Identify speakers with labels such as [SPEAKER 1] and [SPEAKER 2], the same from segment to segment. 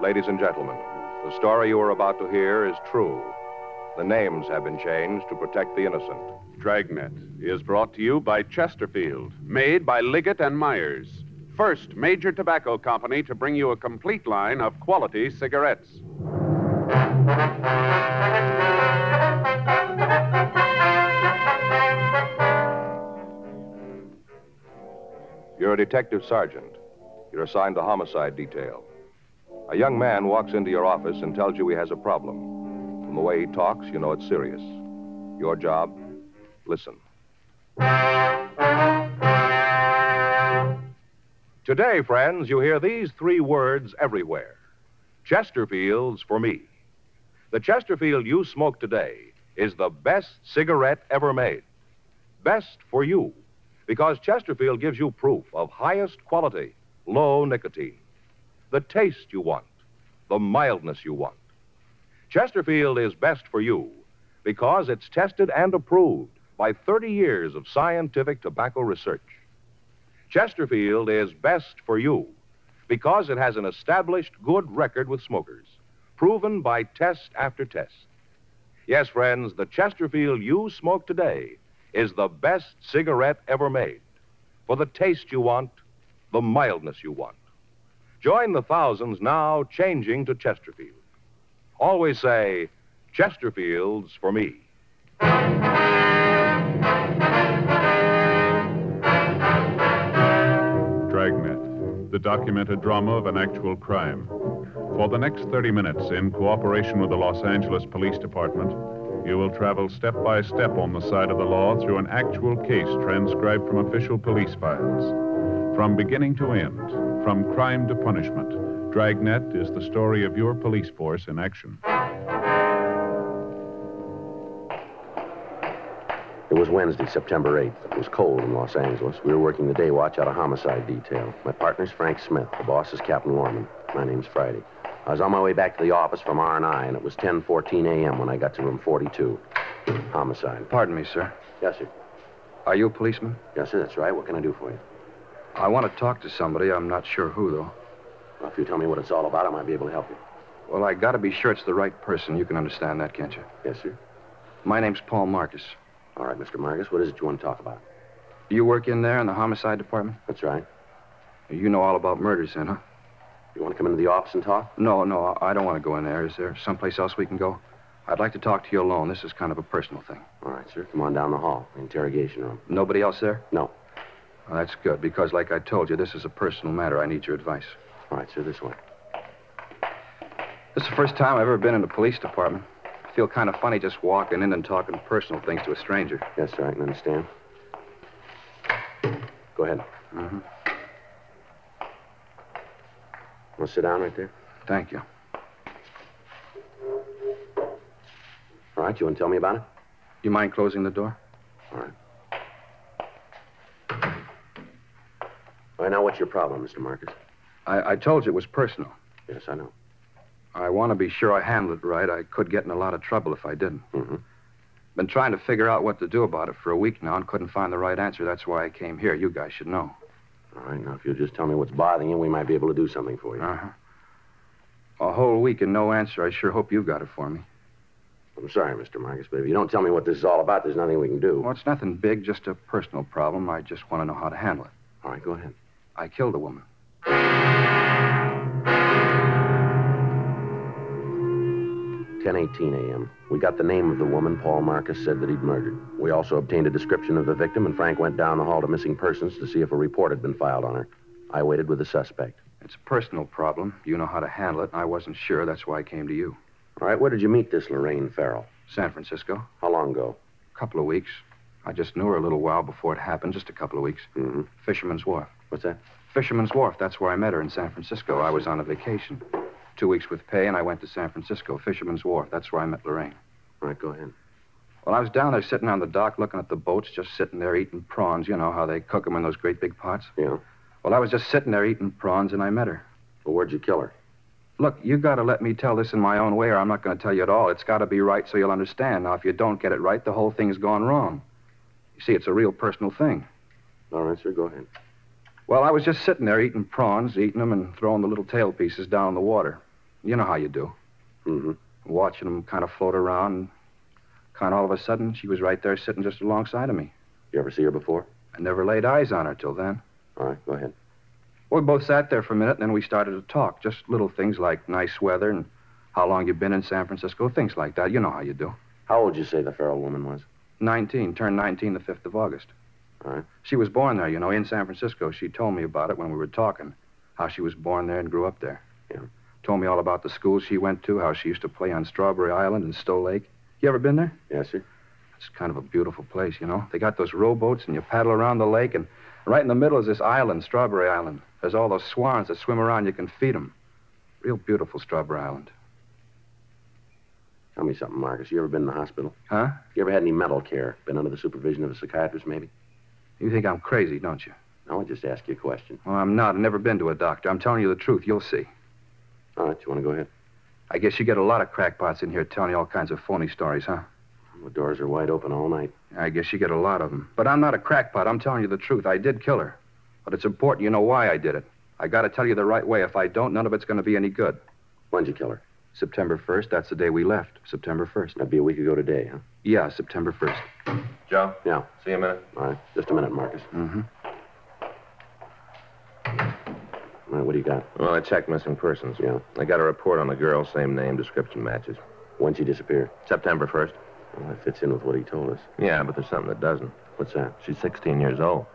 [SPEAKER 1] Ladies and gentlemen, the story you are about to hear is true. The names have been changed to protect the innocent.
[SPEAKER 2] Dragnet is brought to you by Chesterfield, made by Liggett and Myers. First major tobacco company to bring you a complete line of quality cigarettes.
[SPEAKER 1] You're a detective sergeant. You're assigned the homicide detail. A young man walks into your office and tells you he has a problem. From the way he talks, you know it's serious. Your job, listen. Today, friends, you hear these three words everywhere Chesterfield's for me. The Chesterfield you smoke today is the best cigarette ever made. Best for you, because Chesterfield gives you proof of highest quality, low nicotine, the taste you want, the mildness you want. Chesterfield is best for you because it's tested and approved by 30 years of scientific tobacco research. Chesterfield is best for you because it has an established good record with smokers, proven by test after test. Yes, friends, the Chesterfield you smoke today is the best cigarette ever made for the taste you want, the mildness you want. Join the thousands now changing to Chesterfield. Always say, Chesterfield's for me.
[SPEAKER 2] Dragnet, the documented drama of an actual crime. For the next 30 minutes, in cooperation with the Los Angeles Police Department, you will travel step by step on the side of the law through an actual case transcribed from official police files. From beginning to end, from crime to punishment, Dragnet is the story of your police force in action.
[SPEAKER 3] It was Wednesday, September 8th. It was cold in Los Angeles. We were working the day watch out of homicide detail. My partner's Frank Smith. The boss is Captain Lorman. My name's Friday. I was on my way back to the office from R&I, and it was 10.14 a.m. when I got to room 42. Homicide.
[SPEAKER 4] Pardon me, sir.
[SPEAKER 3] Yes, sir.
[SPEAKER 4] Are you a policeman?
[SPEAKER 3] Yes, sir, that's right. What can I do for you?
[SPEAKER 4] I want to talk to somebody. I'm not sure who, though.
[SPEAKER 3] Well, if you tell me what it's all about, I might be able to help you.
[SPEAKER 4] Well, I got to be sure it's the right person. You can understand that, can't you?
[SPEAKER 3] Yes, sir.
[SPEAKER 4] My name's Paul Marcus.
[SPEAKER 3] All right, Mr. Marcus, what is it you want to talk about?
[SPEAKER 4] You work in there in the homicide department?
[SPEAKER 3] That's right.
[SPEAKER 4] You know all about murders, then, huh?
[SPEAKER 3] You want to come into the office and talk?
[SPEAKER 4] No, no, I don't want to go in there. Is there someplace else we can go? I'd like to talk to you alone. This is kind of a personal thing.
[SPEAKER 3] All right, sir. Come on down the hall, interrogation room.
[SPEAKER 4] Nobody else there?
[SPEAKER 3] No.
[SPEAKER 4] Well, that's good, because like I told you, this is a personal matter. I need your advice.
[SPEAKER 3] All right, sir, this way.
[SPEAKER 4] This is the first time I've ever been in the police department. I feel kind of funny just walking in and talking personal things to a stranger.
[SPEAKER 3] Yes, sir, I can understand. Go ahead.
[SPEAKER 4] Mhm.
[SPEAKER 3] Want to sit down right there?
[SPEAKER 4] Thank you.
[SPEAKER 3] All right, you want to tell me about it?
[SPEAKER 4] You mind closing the door?
[SPEAKER 3] All right. All right, now what's your problem, Mr. Marcus?
[SPEAKER 4] I, I told you it was personal.
[SPEAKER 3] Yes, I know.
[SPEAKER 4] I want to be sure I handled it right. I could get in a lot of trouble if I didn't.
[SPEAKER 3] Mm-hmm.
[SPEAKER 4] Been trying to figure out what to do about it for a week now and couldn't find the right answer. That's why I came here. You guys should know.
[SPEAKER 3] All right, now if you'll just tell me what's bothering you, we might be able to do something for you.
[SPEAKER 4] Uh-huh. A whole week and no answer. I sure hope you got it for me.
[SPEAKER 3] I'm sorry, Mr. Marcus, but if you don't tell me what this is all about, there's nothing we can do.
[SPEAKER 4] Well, it's nothing big, just a personal problem. I just want to know how to handle it.
[SPEAKER 3] All right, go ahead.
[SPEAKER 4] I killed a woman.
[SPEAKER 3] Ten eighteen a.m. We got the name of the woman Paul Marcus said that he'd murdered. We also obtained a description of the victim, and Frank went down the hall to missing persons to see if a report had been filed on her. I waited with the suspect.
[SPEAKER 4] It's a personal problem. You know how to handle it, and I wasn't sure. That's why I came to you.
[SPEAKER 3] All right, where did you meet this Lorraine Farrell?
[SPEAKER 4] San Francisco,
[SPEAKER 3] How long ago?
[SPEAKER 4] a couple of weeks. I just knew her a little while before it happened, just a couple of weeks.
[SPEAKER 3] Mm-hmm.
[SPEAKER 4] Fisherman's Wharf.
[SPEAKER 3] What's that?
[SPEAKER 4] Fisherman's Wharf, that's where I met her in San Francisco. I was on a vacation. Two weeks with pay, and I went to San Francisco, Fisherman's Wharf. That's where I met Lorraine.
[SPEAKER 3] All right, go ahead.
[SPEAKER 4] Well, I was down there sitting on the dock looking at the boats, just sitting there eating prawns. You know how they cook 'em in those great big pots?
[SPEAKER 3] Yeah.
[SPEAKER 4] Well, I was just sitting there eating prawns, and I met her.
[SPEAKER 3] Well, where'd you kill her?
[SPEAKER 4] Look, you got to let me tell this in my own way, or I'm not going to tell you at all. It's got to be right so you'll understand. Now, if you don't get it right, the whole thing's gone wrong. You see, it's a real personal thing.
[SPEAKER 3] All right, sir, go ahead.
[SPEAKER 4] Well, I was just sitting there eating prawns, eating them, and throwing the little tail pieces down in the water. You know how you do.
[SPEAKER 3] Mm-hmm.
[SPEAKER 4] Watching them kind of float around. and Kind of all of a sudden, she was right there sitting just alongside of me.
[SPEAKER 3] You ever see her before?
[SPEAKER 4] I never laid eyes on her till then.
[SPEAKER 3] All right, go ahead.
[SPEAKER 4] We both sat there for a minute, and then we started to talk. Just little things like nice weather and how long you've been in San Francisco, things like that. You know how you do.
[SPEAKER 3] How old you say the feral woman was?
[SPEAKER 4] 19, turned 19 the 5th of August.
[SPEAKER 3] All right.
[SPEAKER 4] She was born there, you know, in San Francisco. She told me about it when we were talking, how she was born there and grew up there.
[SPEAKER 3] Yeah.
[SPEAKER 4] Told me all about the school she went to, how she used to play on Strawberry Island and Stowe Lake. You ever been there?
[SPEAKER 3] Yes, sir.
[SPEAKER 4] It's kind of a beautiful place, you know. They got those rowboats, and you paddle around the lake, and right in the middle is this island, Strawberry Island. There's all those swans that swim around. You can feed 'em. Real beautiful, Strawberry Island.
[SPEAKER 3] Tell me something, Marcus. You ever been in the hospital?
[SPEAKER 4] Huh?
[SPEAKER 3] You ever had any mental care? Been under the supervision of a psychiatrist, maybe?
[SPEAKER 4] You think I'm crazy, don't you?
[SPEAKER 3] No, I just asked you a question.
[SPEAKER 4] Well, I'm not. I've never been to a doctor. I'm telling you the truth. You'll see.
[SPEAKER 3] All right, you want to go ahead?
[SPEAKER 4] I guess you get a lot of crackpots in here telling you all kinds of phony stories, huh?
[SPEAKER 3] The doors are wide open all night.
[SPEAKER 4] I guess you get a lot of 'em. But I'm not a crackpot. I'm telling you the truth. I did kill her. But it's important you know why I did it. I got to tell you the right way. If I don't, none of it's going to be any good.
[SPEAKER 3] When'd you kill her?
[SPEAKER 4] September 1st, that's the day we left. September 1st.
[SPEAKER 3] That'd be a week ago today, huh?
[SPEAKER 4] Yeah, September 1st.
[SPEAKER 5] Joe?
[SPEAKER 3] Yeah.
[SPEAKER 5] See you in a minute.
[SPEAKER 3] All right, just a minute, Marcus.
[SPEAKER 4] Mm-hmm.
[SPEAKER 3] All right, what do you got?
[SPEAKER 5] Well, I checked missing persons.
[SPEAKER 3] Yeah.
[SPEAKER 5] I got a report on the girl, same name, description matches.
[SPEAKER 3] When'd she disappear?
[SPEAKER 5] September 1st.
[SPEAKER 3] Well, that fits in with what he told us.
[SPEAKER 5] Yeah, but there's something that doesn't.
[SPEAKER 3] What's that?
[SPEAKER 5] She's 16 years old.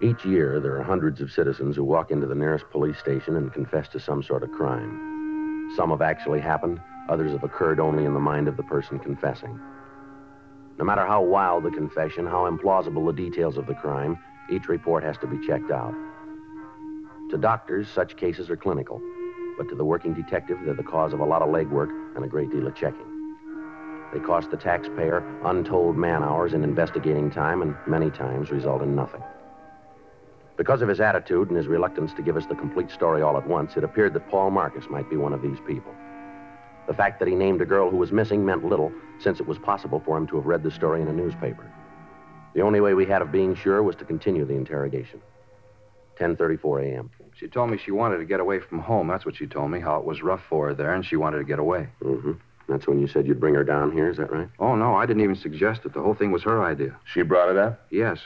[SPEAKER 3] Each year, there are hundreds of citizens who walk into the nearest police station and confess to some sort of crime. Some have actually happened, others have occurred only in the mind of the person confessing. No matter how wild the confession, how implausible the details of the crime, each report has to be checked out. To doctors, such cases are clinical, but to the working detective, they're the cause of a lot of legwork and a great deal of checking. They cost the taxpayer untold man hours in investigating time and many times result in nothing. Because of his attitude and his reluctance to give us the complete story all at once, it appeared that Paul Marcus might be one of these people. The fact that he named a girl who was missing meant little, since it was possible for him to have read the story in a newspaper. The only way we had of being sure was to continue the interrogation. 10:34 a.m.
[SPEAKER 4] She told me she wanted to get away from home. That's what she told me, how it was rough for her there, and she wanted to get away.
[SPEAKER 3] Mm-hmm. That's when you said you'd bring her down here. Is that right?
[SPEAKER 4] Oh, no, I didn't even suggest it. The whole thing was her idea.
[SPEAKER 5] She brought it up?
[SPEAKER 4] Yes.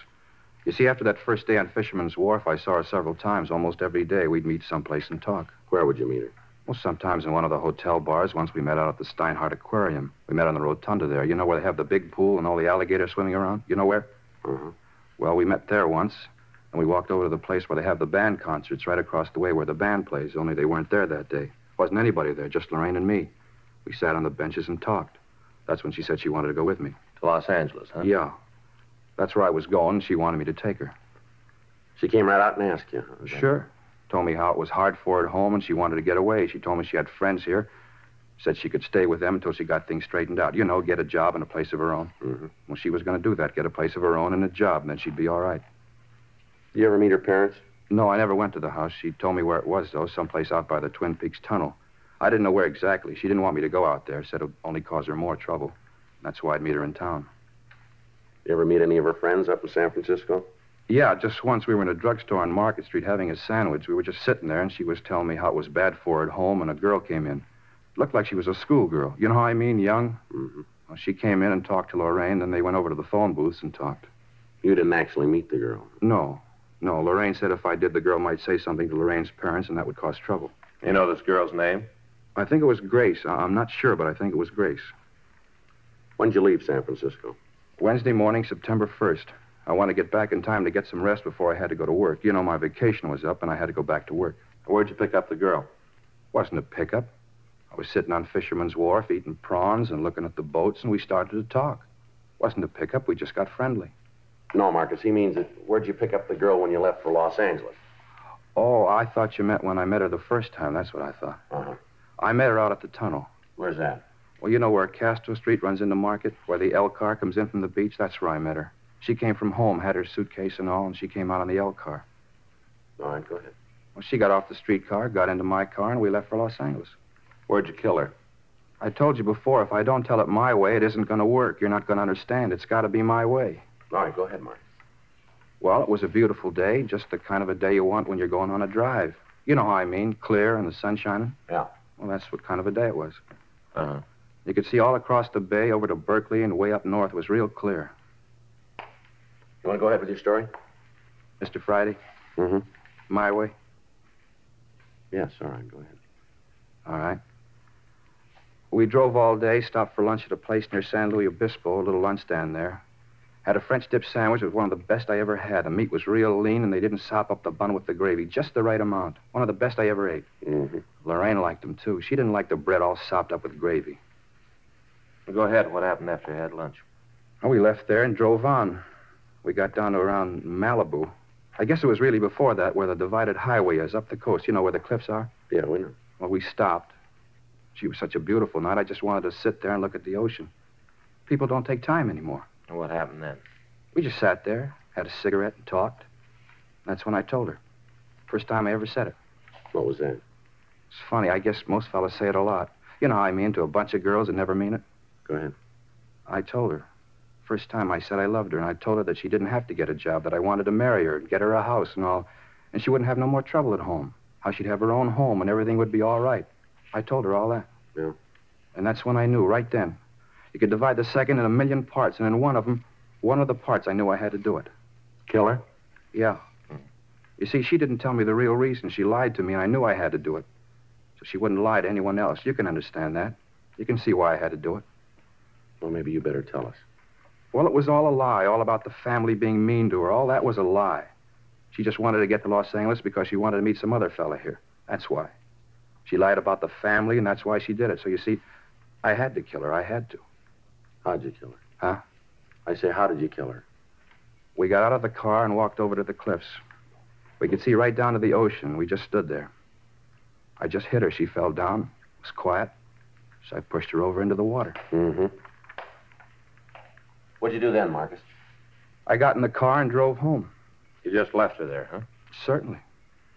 [SPEAKER 4] You see, after that first day on Fisherman's Wharf, I saw her several times. Almost every day, we'd meet someplace and talk.
[SPEAKER 3] Where would you meet her?
[SPEAKER 4] Well, sometimes in one of the hotel bars. Once we met out at the Steinhardt Aquarium. We met on the rotunda there. You know where they have the big pool and all the alligators swimming around? You know where?
[SPEAKER 3] Uh-huh.
[SPEAKER 4] Well, we met there once, and we walked over to the place where they have the band concerts right across the way where the band plays, only they weren't there that day. Wasn't anybody there, just Lorraine and me. We sat on the benches and talked. That's when she said she wanted to go with me.
[SPEAKER 5] To Los Angeles, huh?
[SPEAKER 4] Yeah. That's where I was going. and She wanted me to take her.
[SPEAKER 3] She came right out and asked you. huh?
[SPEAKER 4] Sure. Told me how it was hard for her at home and she wanted to get away. She told me she had friends here. Said she could stay with them until she got things straightened out. You know, get a job and a place of her own.
[SPEAKER 3] Mhm.
[SPEAKER 4] Well, she was going to do that, get a place of her own and a job, and then she'd be all right.
[SPEAKER 3] You ever meet her parents?
[SPEAKER 4] No, I never went to the house. She told me where it was, though, someplace out by the Twin Peaks Tunnel. I didn't know where exactly. She didn't want me to go out there, said it would only cause her more trouble. That's why I'd meet her in town.
[SPEAKER 3] You ever meet any of her friends up in San Francisco?
[SPEAKER 4] Yeah, just once we were in a drugstore on Market Street having a sandwich. We were just sitting there, and she was telling me how it was bad for her at home, and a girl came in. Looked like she was a schoolgirl. You know how I mean, young?
[SPEAKER 3] Mm-hmm.
[SPEAKER 4] Well, she came in and talked to Lorraine, then they went over to the phone booths and talked.
[SPEAKER 3] You didn't actually meet the girl.
[SPEAKER 4] No, no. Lorraine said if I did, the girl might say something to Lorraine's parents, and that would cause trouble.
[SPEAKER 5] You know this girl's name?
[SPEAKER 4] I think it was Grace. I- I'm not sure, but I think it was Grace.
[SPEAKER 3] When'd you leave San Francisco?
[SPEAKER 4] Wednesday morning, September 1st. I want to get back in time to get some rest before I had to go to work. You know, my vacation was up, and I had to go back to work.
[SPEAKER 5] Where'd you pick up the girl?
[SPEAKER 4] Wasn't a pickup. I was sitting on Fisherman's Wharf eating prawns and looking at the boats, and we started to talk. Wasn't a pickup, we just got friendly.
[SPEAKER 3] No, Marcus. He means that where'd you pick up the girl when you left for Los Angeles?
[SPEAKER 4] Oh, I thought you meant when I met her the first time. That's what I thought.
[SPEAKER 3] Uh-huh.
[SPEAKER 4] I met her out at the tunnel.
[SPEAKER 3] Where's that?
[SPEAKER 4] Well, you know where Castro Street runs into Market, where the L car comes in from the beach? That's where I met her. She came from home, had her suitcase and all, and she came out on the L car.
[SPEAKER 3] All right, go ahead.
[SPEAKER 4] Well, she got off the streetcar, got into my car, and we left for Los Angeles.
[SPEAKER 5] Where'd you kill her?
[SPEAKER 4] I told you before, if I don't tell it my way, it isn't going to work. You're not going to understand. It's got to be my way.
[SPEAKER 3] All right, go ahead, Mark.
[SPEAKER 4] Well, it was a beautiful day, just the kind of a day you want when you're going on a drive. You know how I mean, clear and the sun shining.
[SPEAKER 5] Yeah.
[SPEAKER 4] Well, that's what kind of a day it was.
[SPEAKER 5] Uh-huh.
[SPEAKER 4] You could see all across the bay over to Berkeley and way up north. It was real clear.
[SPEAKER 5] You want to go ahead with your story?
[SPEAKER 4] Mr. Friday?
[SPEAKER 3] Mhm.
[SPEAKER 5] Mm-hmm.
[SPEAKER 4] My way?
[SPEAKER 3] Yes, all right, go ahead.
[SPEAKER 4] All right. We drove all day, stopped for lunch at a place near San Luis Obispo, a little lunch stand there. Had a French dip sandwich. It was one of the best I ever had. The meat was real lean, and they didn't sop up the bun with the gravy. Just the right amount. One of the best I ever ate.
[SPEAKER 3] Mm-hmm.
[SPEAKER 4] Lorraine liked them, too. She didn't like the bread all sopped up with gravy.
[SPEAKER 5] Go ahead. What happened after you had lunch?
[SPEAKER 4] Well, we left there and drove on. We got down to around Malibu. I guess it was really before that where the divided highway is up the coast. You know where the cliffs are?
[SPEAKER 3] Yeah, we know.
[SPEAKER 4] Well, we stopped. She was such a beautiful night, I just wanted to sit there and look at the ocean. People don't take time anymore.
[SPEAKER 5] And what happened then?
[SPEAKER 4] We just sat there, had a cigarette, and talked. That's when I told her. First time I ever said it.
[SPEAKER 3] What was that?
[SPEAKER 4] It's funny, I guess most fellas say it a lot. You know how I mean to a bunch of girls that never mean it?
[SPEAKER 3] Go ahead.
[SPEAKER 4] I told her. First time I said I loved her, and I told her that she didn't have to get a job, that I wanted to marry her and get her a house and all, and she wouldn't have no more trouble at home. How she'd have her own home and everything would be all right. I told her all that.
[SPEAKER 3] Yeah.
[SPEAKER 4] And that's when I knew, right then. You could divide the second in a million parts, and in one of them, one of the parts, I knew I had to do it.
[SPEAKER 3] Kill her?
[SPEAKER 4] Yeah. You see, she didn't tell me the real reason. She lied to me, and I knew I had to do it. So she wouldn't lie to anyone else. You can understand that. You can see why I had to do it.
[SPEAKER 3] Well, maybe you better tell us.
[SPEAKER 4] Well, it was all a lie, all about the family being mean to her. All that was a lie. She just wanted to get to Los Angeles because she wanted to meet some other fella here. That's why. She lied about the family, and that's why she did it. So you see, I had to kill her. I had to.
[SPEAKER 3] How'd you kill her?
[SPEAKER 4] Huh?
[SPEAKER 3] I say, how did you kill her?
[SPEAKER 4] We got out of the car and walked over to the cliffs. We could see right down to the ocean. We just stood there. I just hit her. She fell down. It was quiet. So I pushed her over into the water.
[SPEAKER 3] Mm-hmm.
[SPEAKER 5] What'd you do then, Marcus?
[SPEAKER 4] I got in the car and drove home.
[SPEAKER 5] You just left her there, huh?
[SPEAKER 4] Certainly.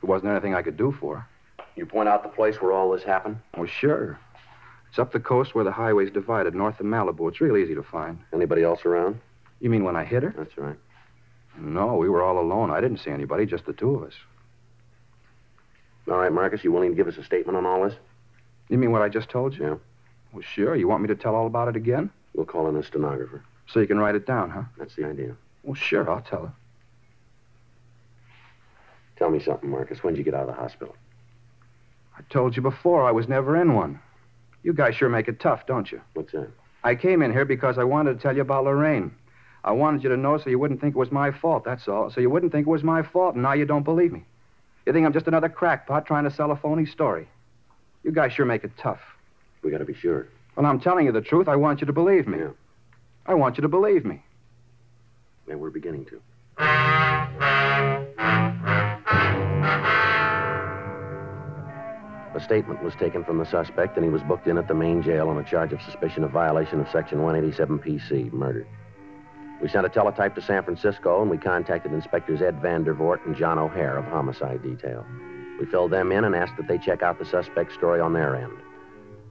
[SPEAKER 4] There wasn't anything I could do for her.
[SPEAKER 3] You point out the place where all this happened?
[SPEAKER 4] Well, Oh, sure. It's up the coast where the highway's divided, north of Malibu. It's real easy to find.
[SPEAKER 3] Anybody else around?
[SPEAKER 4] You mean when I hit her?
[SPEAKER 3] That's all right.
[SPEAKER 4] No, we were all alone. I didn't see anybody, just the two of us.
[SPEAKER 3] All right, Marcus, you willing to give us a statement on all this?
[SPEAKER 4] You mean what I just told you?
[SPEAKER 3] Yeah.
[SPEAKER 4] Well, sure. You want me to tell all about it again?
[SPEAKER 3] We'll call in a stenographer.
[SPEAKER 4] So you can write it down, huh?
[SPEAKER 3] That's the idea.
[SPEAKER 4] Well, sure, I'll tell her.
[SPEAKER 3] Tell me something, Marcus. When'd you get out of the hospital?
[SPEAKER 4] I told you before I was never in one. You guys sure make it tough, don't you?
[SPEAKER 3] What's that?
[SPEAKER 4] I came in here because I wanted to tell you about Lorraine. I wanted you to know so you wouldn't think it was my fault, that's all. So you wouldn't think it was my fault, and now you don't believe me. You think I'm just another crackpot trying to sell a phony story. You guys sure make it tough.
[SPEAKER 3] We gotta be sure.
[SPEAKER 4] When I'm telling you the truth, I want you to believe me.
[SPEAKER 3] Yeah.
[SPEAKER 4] I want you to believe me.
[SPEAKER 3] And we're beginning to. A statement was taken from the suspect, and he was booked in at the main jail on a charge of suspicion of violation of Section 187 PC, murder. We sent a teletype to San Francisco, and we contacted Inspectors Ed Vandervoort and John O'Hare of Homicide Detail. We filled them in and asked that they check out the suspect's story on their end.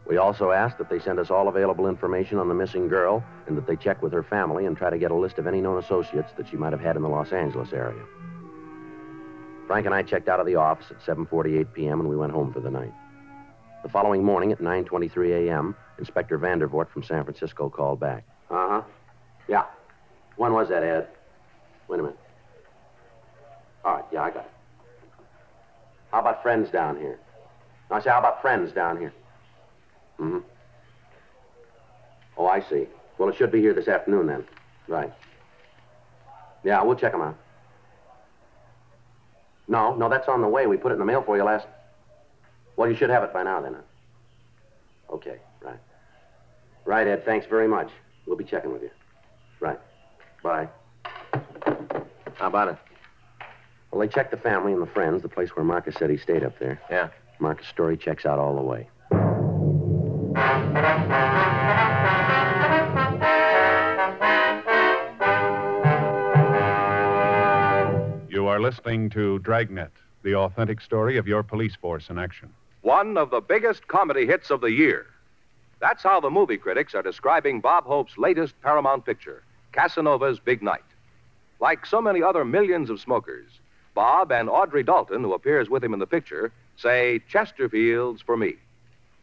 [SPEAKER 3] We also asked that they send us all available information on the missing girl and that they check with her family and try to get a list of any known associates that she might have had in the Los Angeles area. Frank and I checked out of the office at 7:48 p.m. and we went home for the night. The following morning at 9:23 a.m., Inspector Vandervoort from San Francisco called back. Uh-huh. Yeah. When was that, Ed? Wait a minute. All right, yeah, I got it. How about friends down here? I say, how about friends down here? Mm-hmm. Oh, I see. Well, it should be here this afternoon then. Right. Yeah, we'll check 'em out. No, no, that's on the way. We put it in the mail for you last. Well, you should have it by now then. Huh? Okay, right. Right, Ed. Thanks very much. We'll be checking with you. Right. Bye.
[SPEAKER 5] How about it?
[SPEAKER 3] Well, they checked the family and the friends, the place where Marcus said he stayed up there.
[SPEAKER 5] Yeah.
[SPEAKER 3] Marcus' story checks out all the way.
[SPEAKER 2] You are listening to Dragnet, the authentic story of your police force in action.
[SPEAKER 1] one of the biggest comedy hits of the year. That's how the movie critics are describing Bob Hope's latest Paramount picture, Casanova's Big Night. Like so many other millions of smokers, Bob and Audrey Dalton, who appears with him in the picture, say Chesterfields for me.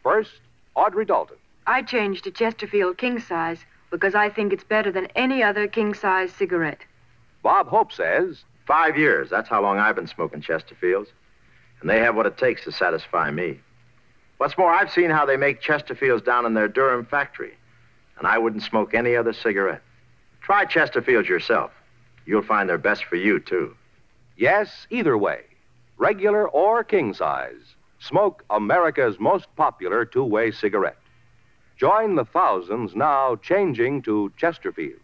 [SPEAKER 1] First, Audrey Dalton.
[SPEAKER 6] I changed to Chesterfield King Size because I think it's better than any other king size cigarette.
[SPEAKER 1] Bob Hope says,
[SPEAKER 5] Five years. That's how long I've been smoking Chesterfields. And they have what it takes to satisfy me. What's more, I've seen how they make Chesterfields down in their Durham factory. And I wouldn't smoke any other cigarette. Try Chesterfields yourself. You'll find they're best for you, too.
[SPEAKER 1] yes, either way, regular or king size, smoke America's most popular two way cigarette. Join the thousands now changing to Chesterfield.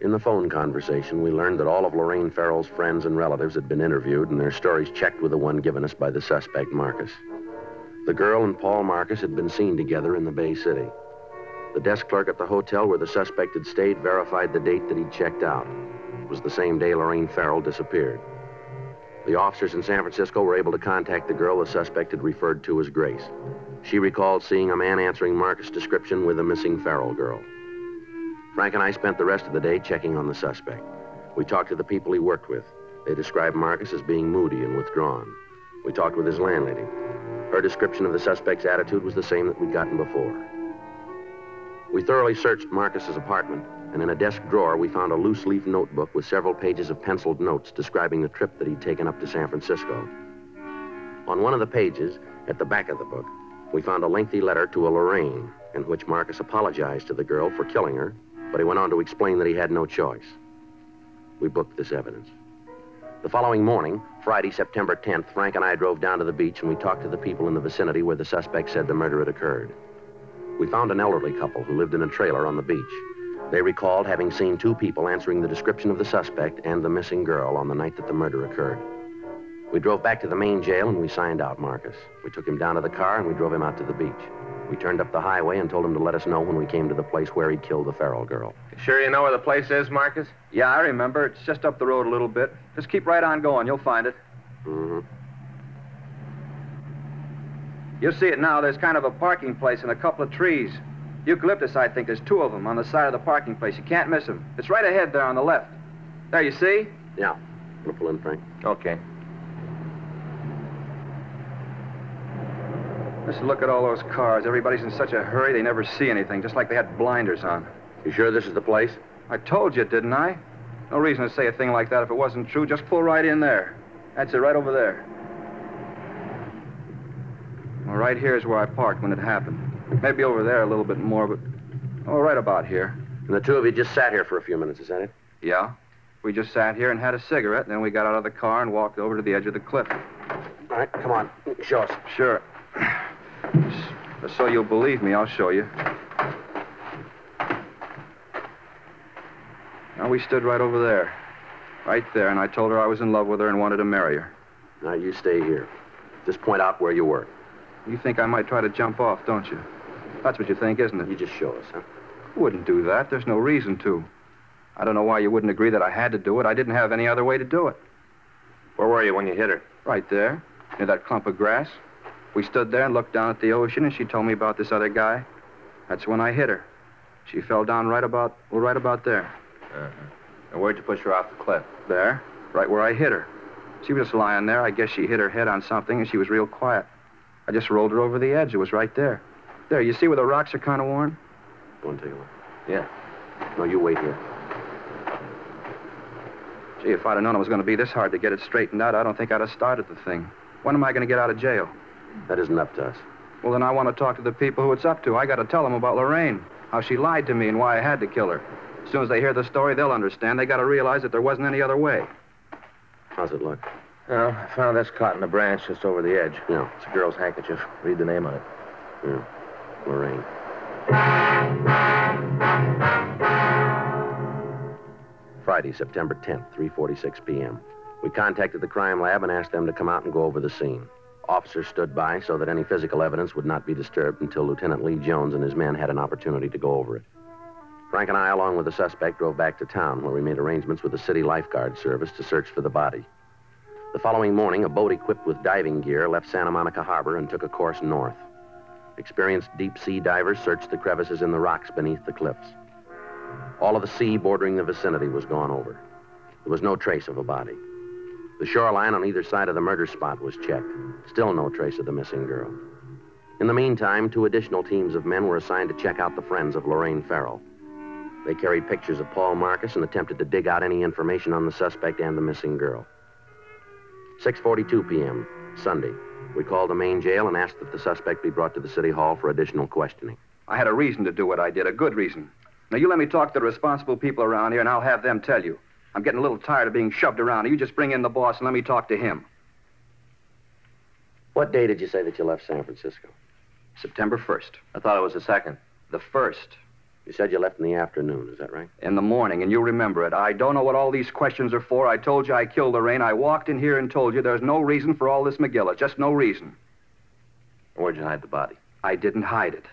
[SPEAKER 3] In the phone conversation, we learned that all of Lorraine Farrell's friends and relatives had been interviewed and their stories checked with the one given us by the suspect, Marcus. The girl and Paul Marcus had been seen together in the Bay City. The desk clerk at the hotel where the suspect had stayed verified the date that he'd checked out. It was the same day Lorraine Farrell disappeared. The officers in San Francisco were able to contact the girl the suspect had referred to as Grace. She recalled seeing a man answering Marcus' description with the missing Farrell girl. Frank and I spent the rest of the day checking on the suspect. We talked to the people he worked with. They described Marcus as being moody and withdrawn. We talked with his landlady. Her description of the suspect's attitude was the same that we'd gotten before. We thoroughly searched Marcus's apartment, and in a desk drawer we found a loose leaf notebook with several pages of penciled notes describing the trip that he'd taken up to San Francisco. On one of the pages, at the back of the book, we found a lengthy letter to a Lorraine in which Marcus apologized to the girl for killing her but he went on to explain that he had no choice. We booked this evidence. The following morning, Friday, September 10th, Frank and I drove down to the beach and we talked to the people in the vicinity where the suspect said the murder had occurred. We found an elderly couple who lived in a trailer on the beach. They recalled having seen two people answering the description of the suspect and the missing girl on the night that the murder occurred. We drove back to the main jail and we signed out Marcus. We took him down to the car and we drove him out to the beach. We turned up the highway and told him to let us know when we came to the place where he killed the Farrell girl.
[SPEAKER 5] Sure you know where the place is, Marcus?
[SPEAKER 4] Yeah, I remember. It's just up the road a little bit. Just keep right on going. You'll find it.
[SPEAKER 3] Mm-hmm.
[SPEAKER 4] You'll see it now. There's kind of a parking place and a couple of trees. Eucalyptus, I think. There's two of them on the side of the parking place. You can't miss them. It's right ahead there on the left. There, you see?
[SPEAKER 3] Yeah. Wanna pull in, Frank?
[SPEAKER 5] Okay.
[SPEAKER 4] Just look at all those cars. Everybody's in such a hurry they never see anything, just like they had blinders on.
[SPEAKER 3] You sure this is the place?
[SPEAKER 4] I told you, didn't I? No reason to say a thing like that if it wasn't true. Just pull right in there. That's it, right over there. Well, right here is where I parked when it happened. Maybe over there a little bit more, but. Oh, right about here.
[SPEAKER 3] And the two of you just sat here for a few minutes, is that it?
[SPEAKER 4] Yeah. We just sat here and had a cigarette, and then we got out of the car and walked over to the edge of the cliff.
[SPEAKER 3] All right, come on. Show us.
[SPEAKER 4] Sure. So you'll believe me, I'll show you. Now, we stood right over there. Right there, and I told her I was in love with her and wanted to marry her.
[SPEAKER 3] Now, you stay here. Just point out where you were.
[SPEAKER 4] You think I might try to jump off, don't you? That's what you think, isn't it?
[SPEAKER 3] You just show us, huh?
[SPEAKER 4] You wouldn't do that. There's no reason to. I don't know why you wouldn't agree that I had to do it. I didn't have any other way to do it.
[SPEAKER 5] Where were you when you hit her?
[SPEAKER 4] Right there, near that clump of grass. We stood there and looked down at the ocean, and she told me about this other guy. That's when I hit her. She fell down right about, well, right about there.
[SPEAKER 5] Uh-huh. And where'd you push her off the cliff?
[SPEAKER 4] There, right where I hit her. She was just lying there. I guess she hit her head on something, and she was real quiet. I just rolled her over the edge. It was right there. There, you see where the rocks are kind of worn?
[SPEAKER 3] Go and take a look.
[SPEAKER 5] Yeah.
[SPEAKER 3] No, you wait here.
[SPEAKER 4] Gee, if I'd have known it was going to be this hard to get it straightened out, I don't think I'd have started the thing. When am I going to get out of jail?
[SPEAKER 3] That isn't up to us.
[SPEAKER 4] Well, then I want to talk to the people who it's up to. I got to tell them about Lorraine, how she lied to me and why I had to kill her. As soon as they hear the story, they'll understand. They got to realize that there wasn't any other way.
[SPEAKER 3] How's it look?
[SPEAKER 5] Well, I found this caught in a branch just over the edge.
[SPEAKER 3] Yeah.
[SPEAKER 5] It's a girl's handkerchief. Read the name on it.
[SPEAKER 3] Yeah. Lorraine. Friday, September 10th, 3:46 p.m. We contacted the crime lab and asked them to come out and go over the scene. Officers stood by so that any physical evidence would not be disturbed until Lieutenant Lee Jones and his men had an opportunity to go over it. Frank and I, along with the suspect, drove back to town where we made arrangements with the city lifeguard service to search for the body. The following morning, a boat equipped with diving gear left Santa Monica Harbor and took a course north. Experienced deep sea divers searched the crevices in the rocks beneath the cliffs. All of the sea bordering the vicinity was gone over. There was no trace of a body. The shoreline on either side of the murder spot was checked. Still no trace of the missing girl. In the meantime, two additional teams of men were assigned to check out the friends of Lorraine Farrell. They carried pictures of Paul Marcus and attempted to dig out any information on the suspect and the missing girl. 6:42 p.m. Sunday. We called the main jail and asked that the suspect be brought to the city hall for additional questioning.
[SPEAKER 4] I had a reason to do what I did, a good reason. Now, you let me talk to the responsible people around here, and I'll have them tell you. I'm getting a little tired of being shoved around. You just bring in the boss and let me talk to him.
[SPEAKER 3] What day did you say that you left San Francisco?
[SPEAKER 4] September 1st. I thought it was the 2nd. The 1st.
[SPEAKER 3] You said you left in the afternoon, is that right?
[SPEAKER 4] In the morning, and you remember it. I don't know what all these questions are for. I told you I killed Lorraine. I walked in here and told you there's no reason for all this McGilla. Just no reason.
[SPEAKER 3] Where'd you hide the body?
[SPEAKER 4] I didn't hide it.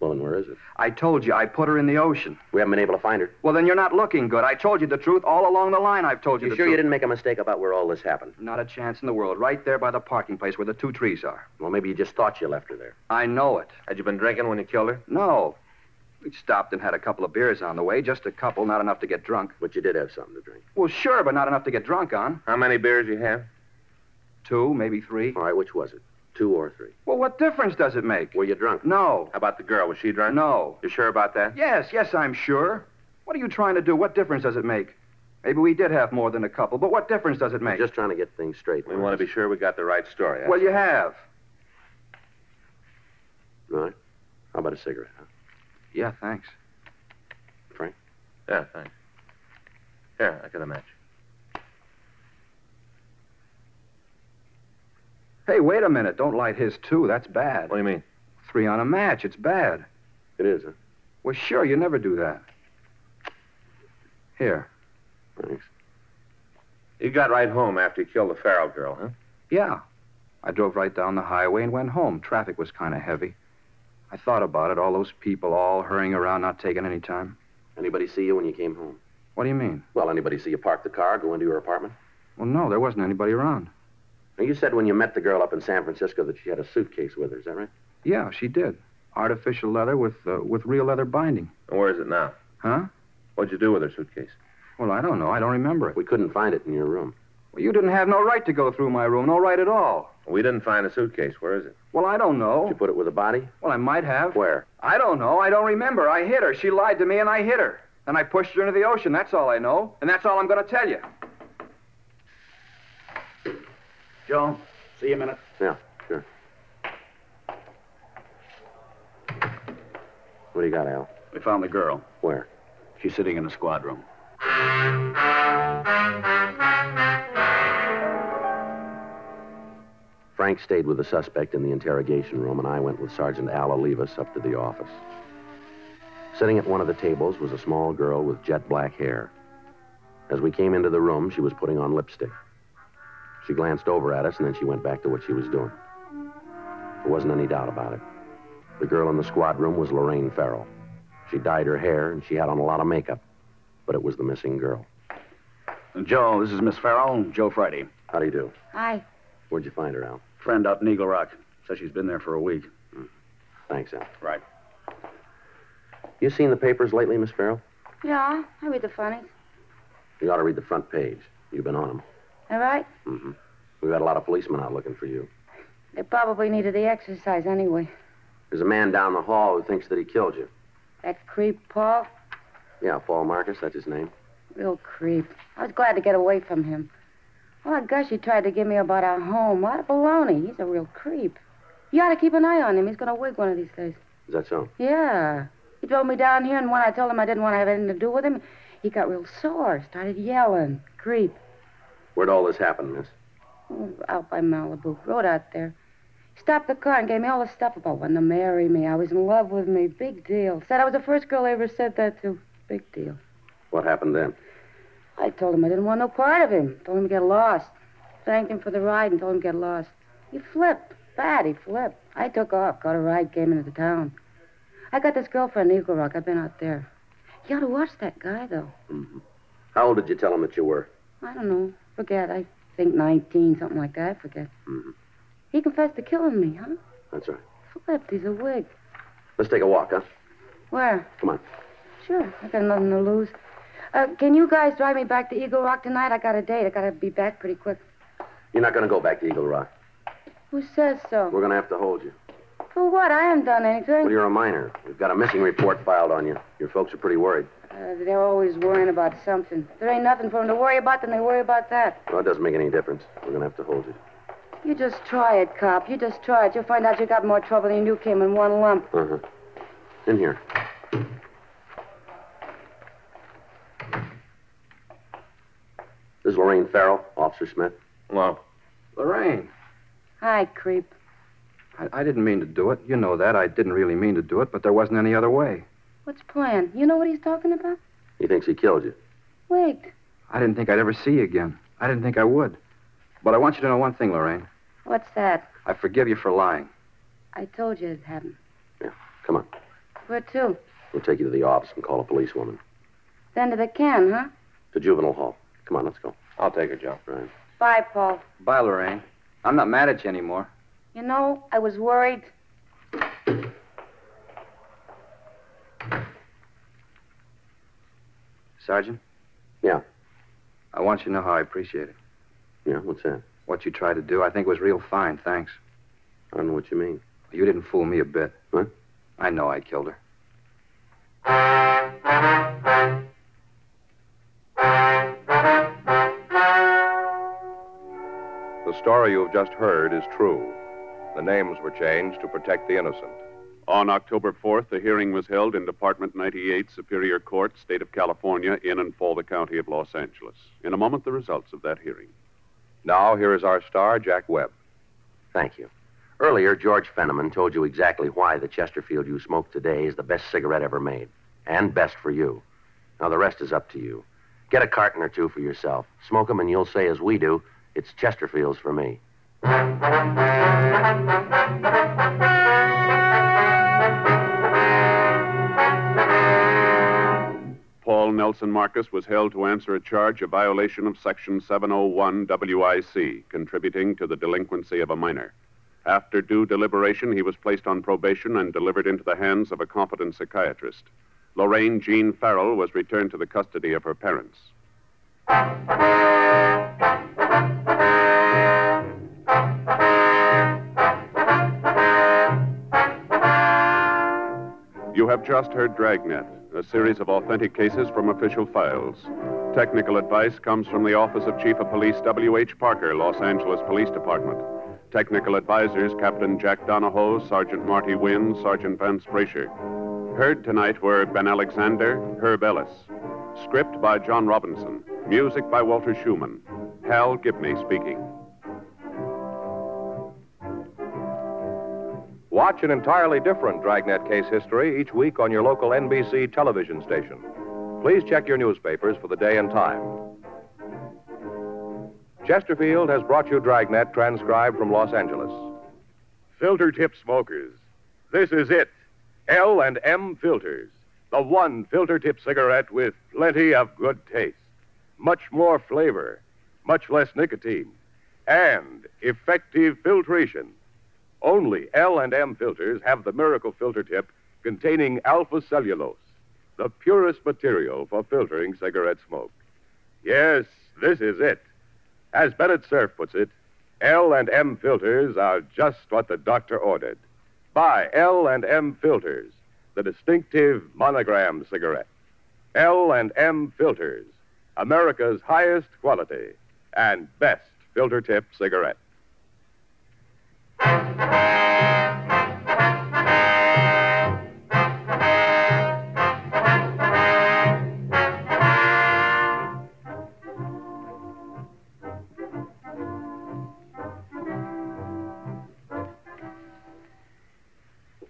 [SPEAKER 3] Well, and where is it?
[SPEAKER 4] I told you I put her in the ocean.
[SPEAKER 3] We haven't been able to find her.
[SPEAKER 4] Well, then you're not looking good. I told you the truth all along the line. I've told you,
[SPEAKER 3] You
[SPEAKER 4] the
[SPEAKER 3] sure
[SPEAKER 4] truth.
[SPEAKER 3] you didn't make a mistake about where all this happened?
[SPEAKER 4] Not a chance in the world. Right there by the parking place where the two trees are.
[SPEAKER 3] Well, maybe you just thought you left her there.
[SPEAKER 4] I know it.
[SPEAKER 5] Had you been drinking when you killed her?
[SPEAKER 4] No. We stopped and had a couple of beers on the way, just a couple, not enough to get drunk.
[SPEAKER 3] But you did have something to drink.
[SPEAKER 4] Well, sure, but not enough to get drunk on.
[SPEAKER 5] How many beers you have?
[SPEAKER 4] Two, maybe three.
[SPEAKER 3] All right, which was it? Two or three?
[SPEAKER 4] Well, what difference does it make?
[SPEAKER 3] Were you drunk?
[SPEAKER 4] No.
[SPEAKER 5] How about the girl? Was she drunk?
[SPEAKER 4] No.
[SPEAKER 5] You sure about that?
[SPEAKER 4] Yes, yes, I'm sure. What are you trying to do? What difference does it make? Maybe we did have more than a couple, but what difference does it
[SPEAKER 3] I'm
[SPEAKER 4] make?
[SPEAKER 3] just trying to get things straight.
[SPEAKER 5] We want to be sure we got the right story.
[SPEAKER 4] Well, you have.
[SPEAKER 3] All right. How about a cigarette? Huh?
[SPEAKER 4] Yeah, thanks.
[SPEAKER 5] Yeah, thanks. Here, I got a match.
[SPEAKER 4] Hey, wait a minute. Don't light his, too. That's bad.
[SPEAKER 5] What do you mean?
[SPEAKER 4] Three on a match. It's bad.
[SPEAKER 3] It is, huh?
[SPEAKER 4] Well, sure, you never do that. Here.
[SPEAKER 3] Thanks.
[SPEAKER 5] You got right home after you killed the Farrell girl, huh?
[SPEAKER 4] Yeah. I drove right down the highway and went home. Traffic was kind of heavy. I thought about it. All those people all hurrying around, not taking any time.
[SPEAKER 3] Anybody see you when you came home?
[SPEAKER 4] What do you mean?
[SPEAKER 3] Well, anybody see you park the car, go into your apartment?
[SPEAKER 4] Well, no, there wasn't anybody around.
[SPEAKER 3] Now, you said when you met the girl up in San Francisco that she had a suitcase with her, is that right?
[SPEAKER 4] Yeah, she did. Artificial leather with uh, with real leather binding.
[SPEAKER 5] And where is it now?
[SPEAKER 4] Huh?
[SPEAKER 5] What'd you do with her suitcase?
[SPEAKER 4] Well, I don't know. I don't remember it.
[SPEAKER 3] We couldn't find it in your room.
[SPEAKER 4] Well, you didn't have no right to go through my room. No right at all.
[SPEAKER 5] We didn't find a suitcase. Where is it?
[SPEAKER 4] Well, I don't
[SPEAKER 3] Did you
[SPEAKER 4] know.
[SPEAKER 3] put it with a body?
[SPEAKER 4] Well, I might have.
[SPEAKER 3] Where?
[SPEAKER 4] I don't know. I don't remember. I hit her. She lied to me, and I hit her. And I pushed her into the ocean. That's all I know. And that's all I'm going to tell you.
[SPEAKER 7] Joe, see you in a minute.
[SPEAKER 3] Yeah, sure. What do you got, Al?
[SPEAKER 7] We found the girl.
[SPEAKER 3] Where?
[SPEAKER 7] She's sitting in the squad room.
[SPEAKER 3] Frank stayed with the suspect in the interrogation room, and I went with Sergeant Al Olivas up to the office. Sitting at one of the tables was a small girl with jet black hair. As we came into the room, she was putting on lipstick. She glanced over at us, and then she went back to what she was doing. There wasn't any doubt about it. The girl in the squad room was Lorraine Farrell. She dyed her hair, and she had on a lot of makeup, but it was the missing girl.
[SPEAKER 7] Joe, this is Miss Farrell, Joe Friday.
[SPEAKER 3] How do you do?
[SPEAKER 6] Hi.
[SPEAKER 3] Where'd you find her, Al?
[SPEAKER 7] Friend out in Eagle Rock. Says she's been there for a week.
[SPEAKER 3] Thanks, Al.
[SPEAKER 7] Right.
[SPEAKER 3] You seen the papers lately, Miss Farrell?
[SPEAKER 6] Yeah, I read the funny.
[SPEAKER 3] You ought to read the front page. You've been on 'em.
[SPEAKER 6] All right.
[SPEAKER 3] Mm-hmm. We've had a lot of policemen out looking for you.
[SPEAKER 6] They probably needed the exercise anyway.
[SPEAKER 3] There's a man down the hall who thinks that he killed you.
[SPEAKER 6] That creep, Paul.
[SPEAKER 3] Yeah, Paul Marcus, that's his name.
[SPEAKER 6] Real creep. I was glad to get away from him. All that gush he tried to give me about our home. What a baloney. He's a real creep. You ought to keep an eye on him. He's going to wig one of these days.
[SPEAKER 3] Is that so?
[SPEAKER 6] Yeah. He drove me down here, and when I told him I didn't want to have anything to do with him, he got real sore, started yelling. Creep.
[SPEAKER 3] Where'd all this happen, miss?
[SPEAKER 6] Oh, Out by Malibu. Road out there. Stopped the car and gave me all this stuff about wanting to marry me. I was in love with me. Big deal. Said I was the first girl I ever said that to. Big deal.
[SPEAKER 3] What happened then?
[SPEAKER 6] I told him I didn't want no part of him. Told him to get lost. Thanked him for the ride and told him to get lost. He flipped. Bad, he flipped. I took off, got a ride, came into the town. I got this girlfriend in Eagle Rock. I've been out there. You ought to watch that guy, though.
[SPEAKER 3] Mm-hmm. How old did you tell him that you were?
[SPEAKER 6] I don't know. Forget. I think 19, something like that. Forget.
[SPEAKER 3] Mhm.
[SPEAKER 6] He confessed to killing me, huh?
[SPEAKER 3] That's right.
[SPEAKER 6] flipped. He's a wig.
[SPEAKER 3] Let's take a walk, huh?
[SPEAKER 6] Where?
[SPEAKER 3] Come on.
[SPEAKER 6] Sure. I got nothing to lose. Uh, can you guys drive me back to Eagle Rock tonight? I got a date. I gotta be back pretty quick.
[SPEAKER 3] You're not going to go back to Eagle Rock.
[SPEAKER 6] Who says so?
[SPEAKER 3] We're going to have to hold you.
[SPEAKER 6] For what? I haven't done
[SPEAKER 3] Well,
[SPEAKER 6] anything.
[SPEAKER 3] you're a minor. We've got a missing report filed on you. Your folks are pretty worried.
[SPEAKER 6] Uh, they're always worrying about something. If there ain't nothing for them to worry about, then they worry about that.
[SPEAKER 3] Well, it doesn't make any difference. We're going to have to hold you.
[SPEAKER 6] You just try it, cop. You just try it. You'll find out you got more trouble than you knew came in one lump.
[SPEAKER 3] Uh huh. In here. This is Lorraine Farrell, Officer Smith.
[SPEAKER 5] Well,
[SPEAKER 4] Lorraine,
[SPEAKER 6] Hi, creep.
[SPEAKER 4] I, I didn't mean to do it. You know that. I didn't really mean to do it, but there wasn't any other way.
[SPEAKER 6] What's plan? You know what he's talking about?
[SPEAKER 3] He thinks he killed you.
[SPEAKER 6] Wait.
[SPEAKER 4] I didn't think I'd ever see you again. I didn't think I would. But I want you to know one thing, Lorraine.
[SPEAKER 6] What's that?
[SPEAKER 4] I forgive you for lying.
[SPEAKER 6] I told you it happened.
[SPEAKER 3] Yeah, come on.
[SPEAKER 6] Where to?
[SPEAKER 3] We'll take you to the office and call a policewoman.
[SPEAKER 6] Then to the can, huh?
[SPEAKER 3] To juvenile hall. Come on, let's go.
[SPEAKER 5] I'll take her, Joe.
[SPEAKER 3] Right.
[SPEAKER 6] Bye, Paul.
[SPEAKER 4] Bye, Lorraine. I'm not mad at you anymore.
[SPEAKER 6] You know, I was worried.
[SPEAKER 4] Sergeant?
[SPEAKER 3] Yeah.
[SPEAKER 4] I want you to know how I appreciate it.
[SPEAKER 3] Yeah, what's that?
[SPEAKER 4] What you tried to do, I think, was real fine, thanks.
[SPEAKER 3] I don't know what you mean.
[SPEAKER 4] You didn't fool me a bit.
[SPEAKER 3] Huh?
[SPEAKER 4] I know I killed her.
[SPEAKER 1] The story you have just heard is true. The names were changed to protect the innocent.
[SPEAKER 2] On October 4th, the hearing was held in Department 98, Superior Court, State of California, in and for the County of Los Angeles. In a moment, the results of that hearing.
[SPEAKER 1] Now, here is our star, Jack Webb.
[SPEAKER 3] Thank you. Earlier, George Fenneman told you exactly why the Chesterfield you smoke today is the best cigarette ever made, and best for you. Now, the rest is up to you. Get a carton or two for yourself. Smoke 'em and you'll say, as we do, it's Chesterfield's for me.
[SPEAKER 2] Paul Nelson Marcus was held to answer a charge of violation of Section 701 WIC, contributing to the delinquency of a minor. After due deliberation, he was placed on probation and delivered into the hands of a competent psychiatrist. Lorraine Jean Farrell was returned to the custody of her parents. You have just heard Dragnet, a series of authentic cases from official files. Technical advice comes from the Office of Chief of Police W.H. Parker, Los Angeles Police Department. Technical advisors Captain Jack Donahoe, Sergeant Marty Wynn, Sergeant Vance Brasher. Heard tonight were Ben Alexander, Herb Ellis. Script by John Robinson. Music by Walter Schumann. Hal Gibney speaking.
[SPEAKER 1] Watch an entirely different Dragnet case history each week on your local NBC television station. Please check your newspapers for the day and time. Chesterfield has brought you Dragnet transcribed from Los Angeles. Filter tip smokers, this is it. L and M filters, the one filter tip cigarette with plenty of good taste, much more flavor, much less nicotine, and effective filtration. Only L&M filters have the miracle filter tip containing alpha cellulose, the purest material for filtering cigarette smoke. Yes, this is it. As Bennett Cerf puts it, L&M filters are just what the doctor ordered. Buy L&M filters, the distinctive monogram cigarette. L&M filters, America's highest quality and best filter tip cigarette.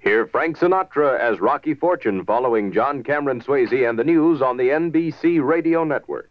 [SPEAKER 5] Hear Frank Sinatra as Rocky Fortune following John Cameron Swayze and the news on the NBC Radio Network.